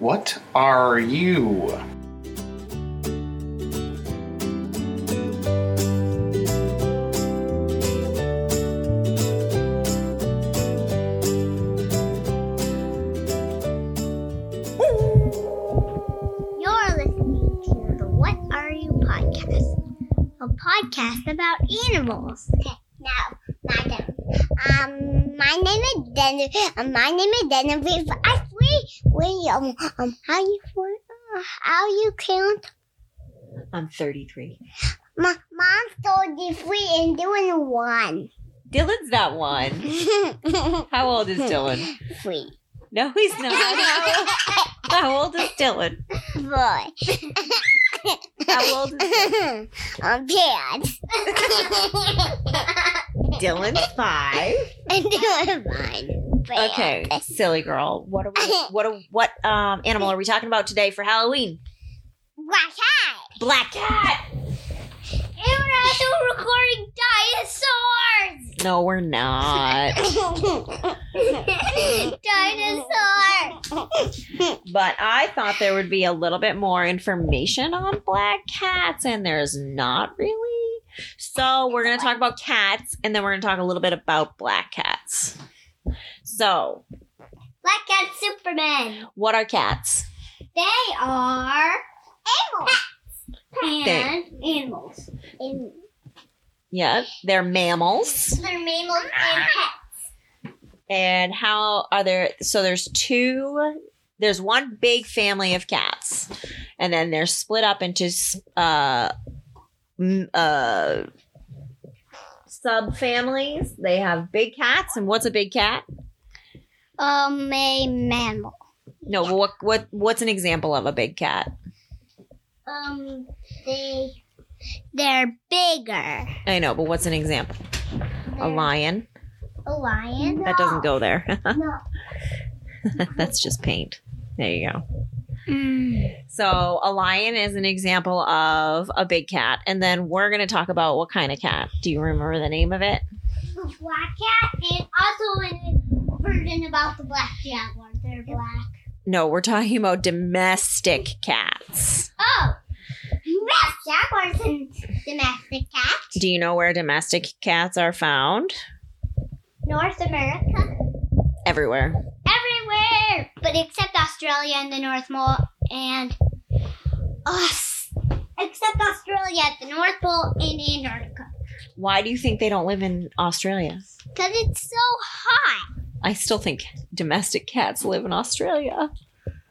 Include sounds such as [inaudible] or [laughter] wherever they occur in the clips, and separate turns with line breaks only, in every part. What are you?
You're listening to the What Are You podcast, a podcast about animals. Okay, now, my turn. Um, my name is Denver. Um, my name is Denver. I we we um um how you for- uh, how you count?
I'm 33.
My mom's thirty three and doing one.
Dylan's not one. How old is Dylan?
Three.
No, he's not. [laughs] How old, how old is Dylan?
Boy. Um,
How old is Dylan?
[laughs] I'm [laughs] bad.
Dylan's five.
I'm doing fine. But-
Okay, silly girl. What are we, what are, what um animal are we talking about today for Halloween?
Black hat.
Black cat.
And we're also recording dinosaurs.
No,
[laughs]
we're not.
Dinosaurs.
But I thought there would be a little bit more information on black cats, and there's not really. So we're going to talk about cats, and then we're going to talk a little bit about black cats. So,
Black cat Superman.
what are cats?
They are animals.
They-
animals. And
Yeah, they're mammals.
they're mammals and pets.
And how are there? So there's two. There's one big family of cats, and then they're split up into uh, m- uh, subfamilies. They have big cats, and what's a big cat?
Um, a mammal.
No, but what what what's an example of a big cat?
Um, they they're bigger.
I know, but what's an example? A lion.
A lion.
That doesn't go there. [laughs]
No.
That's just paint. There you go. Mm. So a lion is an example of a big cat, and then we're going to talk about what kind of cat. Do you remember the name of it?
The black cat and also in a version about the black jaguar. They're black.
No, we're talking about domestic cats.
Oh, black jaguars and domestic cat.
Do you know where domestic cats are found?
North America,
Everywhere.
everywhere, but except Australia and the North Pole and us. Except Australia, the North Pole, and Antarctica.
Why do you think they don't live in Australia?
Because it's so hot.
I still think domestic cats live in Australia.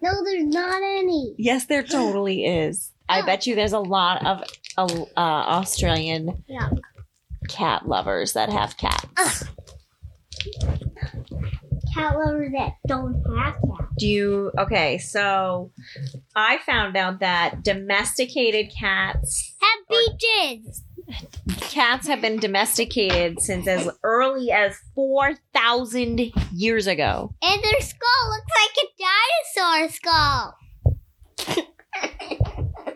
No, there's not any.
Yes, there [gasps] totally is. I bet you there's a lot of uh, uh, Australian
Yeah.
cat lovers that have cats.
Cat lovers that don't have cats.
Do you okay? So I found out that domesticated cats
Have beaches.
cats have been domesticated since as early as four thousand years ago.
And their skull looks like a dinosaur skull.
All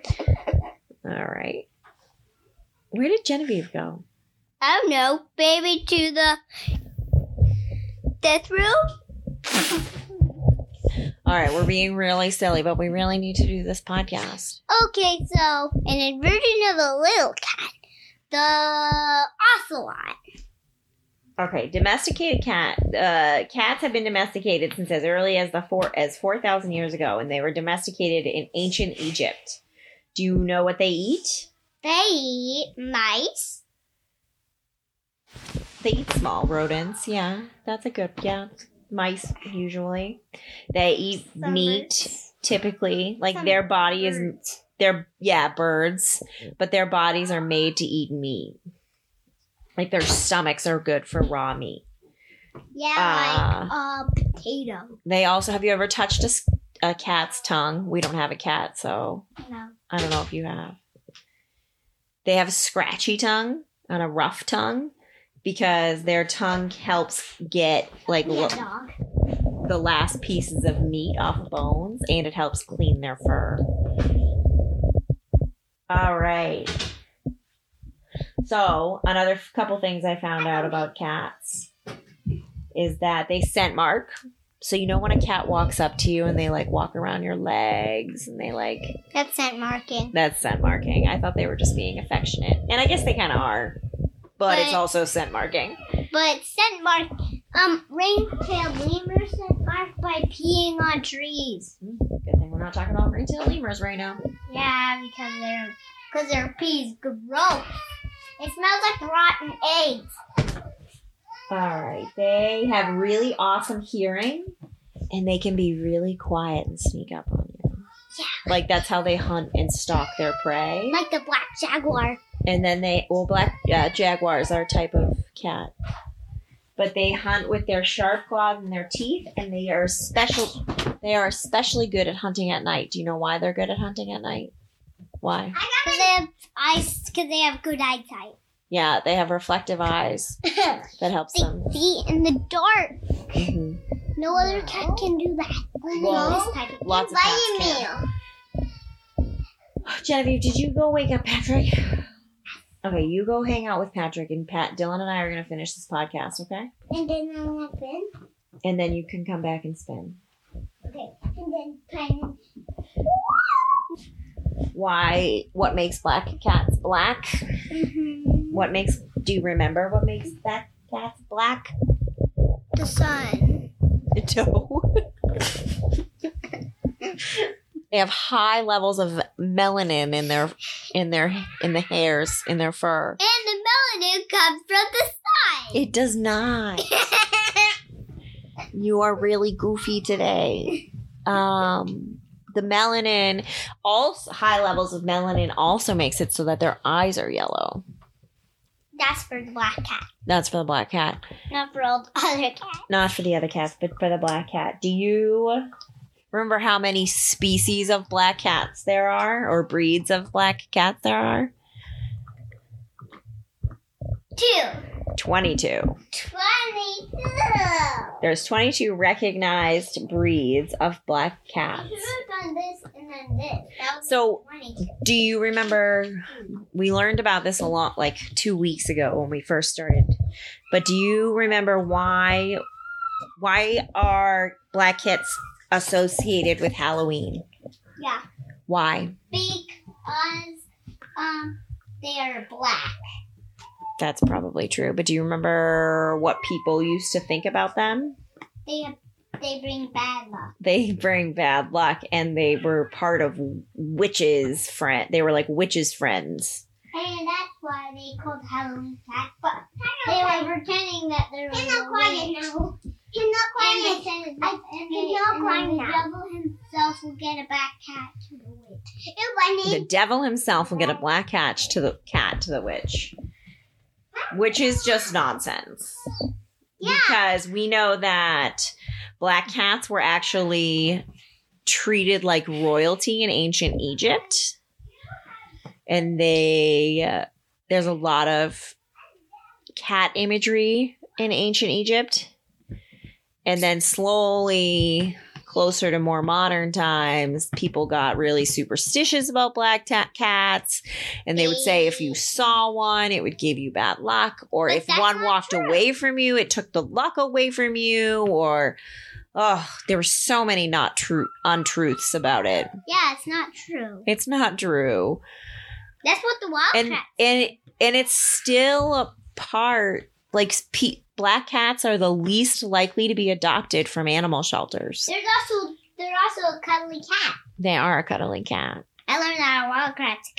right. Where did Genevieve go?
I don't know, baby to the death room?
All right, we're being really silly, but we really need to do this podcast.
Okay, so an inversion of a little cat. The ocelot.
Okay, domesticated cat. Uh, cats have been domesticated since as early as the four as four thousand years ago, and they were domesticated in ancient Egypt. Do you know what they eat?
They eat mice.
They eat small rodents. Yeah, that's a good. Yeah, mice usually. They eat
Some
meat
birds.
typically. Like
Some
their body is
birds.
their yeah birds, but their bodies are made to eat meat. Like their stomachs are good for raw meat. Uh,
Yeah, like a potato.
They also have you ever touched a, s- a cat's tongue? We don't have a cat, so
No.
I don't know if you have. They have a scratchy tongue and a rough tongue because their tongue helps get like
Yeah,
lo-
dog.
the last pieces of meat off of bones and it helps clean their fur. All right. So, another f- couple things I found out about cats is that they scent mark. So you know when a cat walks up to you and they like walk around your legs and they like
That's scent marking.
that's scent marking. I thought they were just being affectionate, and I guess they kind of are, but it's
But-
also scent marking.
But scent mark. Um, ring-tailed lemur scent mark by peeing on trees.
Good thing we're not talking about ring-tailed lemurs right now.
Yeah, because they're because their pee's gross. It smells like rotten eggs.
All right, they have really awesome hearing, and they can be really quiet and sneak up on you.
Yeah.
Like that's how they hunt and stalk their prey.
Like the black jaguar.
and then they well black uh, jaguars are a type of cat but they hunt with their sharp claws and their teeth and they are special they are especially good at hunting at night do you know why they're good at hunting at night why
Because they have eyes. Because they have good
[laughs]
eyesight.
yeah they have reflective eyes
they
that helps them
see in the dark.
hmm
No other cat can do that. Only
Well,
this type of
lots of cats can. genevieve did you go wake up patrick okay you go hang out with patrick and pat dylan and i are going to finish this podcast okay
And then I went in.
and then you can come back and spin
Okay. And then kind
why what makes black cats black What makes? Do you remember what makes that cat black?
The sun.
The toe. [laughs] they have high levels of melanin in their in their in the hairs in their fur.
And the melanin comes from the
It does not.
sun.
You are really goofy today. Um, the melanin, also high levels of melanin, also makes it so that their eyes are yellow.
[laughs] That's for the black cat,
That's for the black cat.
not for all the other cats.
not for the other cats, but for the black cat. Do you remember how many species of black cats there are, or breeds of black cats there are?
Two.
22.
Twenty-two.
There's 22 recognized breeds of black
I
cats.
should have done this and then this. That was
So,
22.
do you remember? We learned about this a lot like two weeks ago when we first started. But do you remember why? Why are black cats associated with Halloween?
Yeah.
Why?
Because um they are black.
That's probably true. But do you remember what people used to think about them?
They they bring bad luck.
They [laughs] bring bad luck, and they were part of witches' friend. They were like witches' friends.
And that's why they called Halloween cat. But they were pretending that there was
You're not
a
quiet
witch.
now. You're not
And they
quiet.
said,
I-
and
you're
they,
not
and
quiet
then the
now.
devil himself will get a black cat to the witch.
Ew, bunny.
The devil himself will get a black cat to the cat to the witch, which is just nonsense.
Yeah.
because we know that black cats were actually treated like royalty in ancient Egypt, and they uh, there's a lot of cat imagery in ancient Egypt, and then slowly. Closer to more modern times, people got really superstitious about black ta- cats, and they would say if you saw one, it would give you bad luck, or
But
if
that's
one
not
walked
true.
away from you, it took the luck away from you, or oh, there were so many not true untruths about it.
Yeah, it's not true.
It's not true.
That's what the wild
and
cat.
and and it's still a part like pe- black cats are the least likely to be adopted from animal shelters
There's also there's also a cuddly cat.
they are a cuddling cat
I learned that at Wild Cats,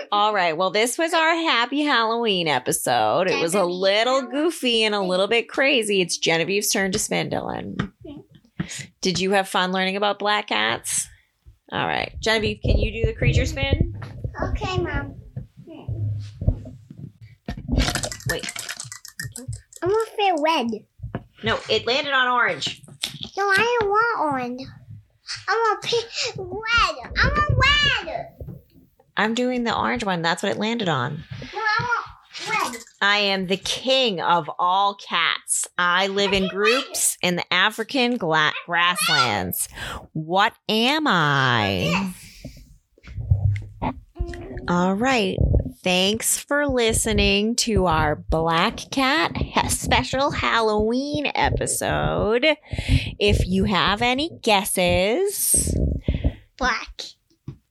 guys.
all right well this was our happy halloween episode it was a little goofy and a little bit crazy it's genevieve's turn to spin dylan did you have fun learning about black cats all right genevieve can you do the creature spin
Okay, mom.
Wait.
I'm gonna say red.
no it landed on orange
No, I don't want orange. I want pink, red. I want red.
i'm doing the orange one that's what it landed on
No, I want red.
I am the king of all cats. I live in groups in the African gla- grasslands. What am I? All right. Thanks for listening to our Black Cat ha- special Halloween episode. If you have any guesses
Black.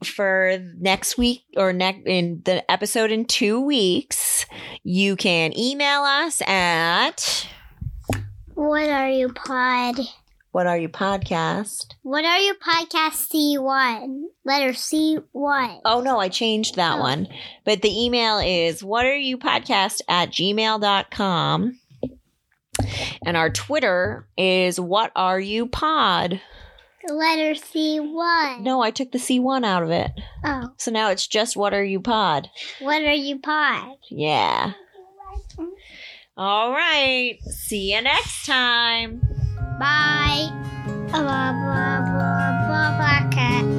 for next week or next in the episode in 2 weeks, you can email us at
What are you pod?
what are you podcast?
What are you podcast C1? Letter C1.
Oh no, I changed that
Oh.
one. But the email is what are you podcast at gmail.com. And our Twitter is what are you pod.
Letter C1.
No, I took the C1 out of it.
Oh,
So now it's just what are you pod.
what are you pod?
Yeah. All right. See you next time.
Bye. Blah, blah, blah, blah, blah, cat.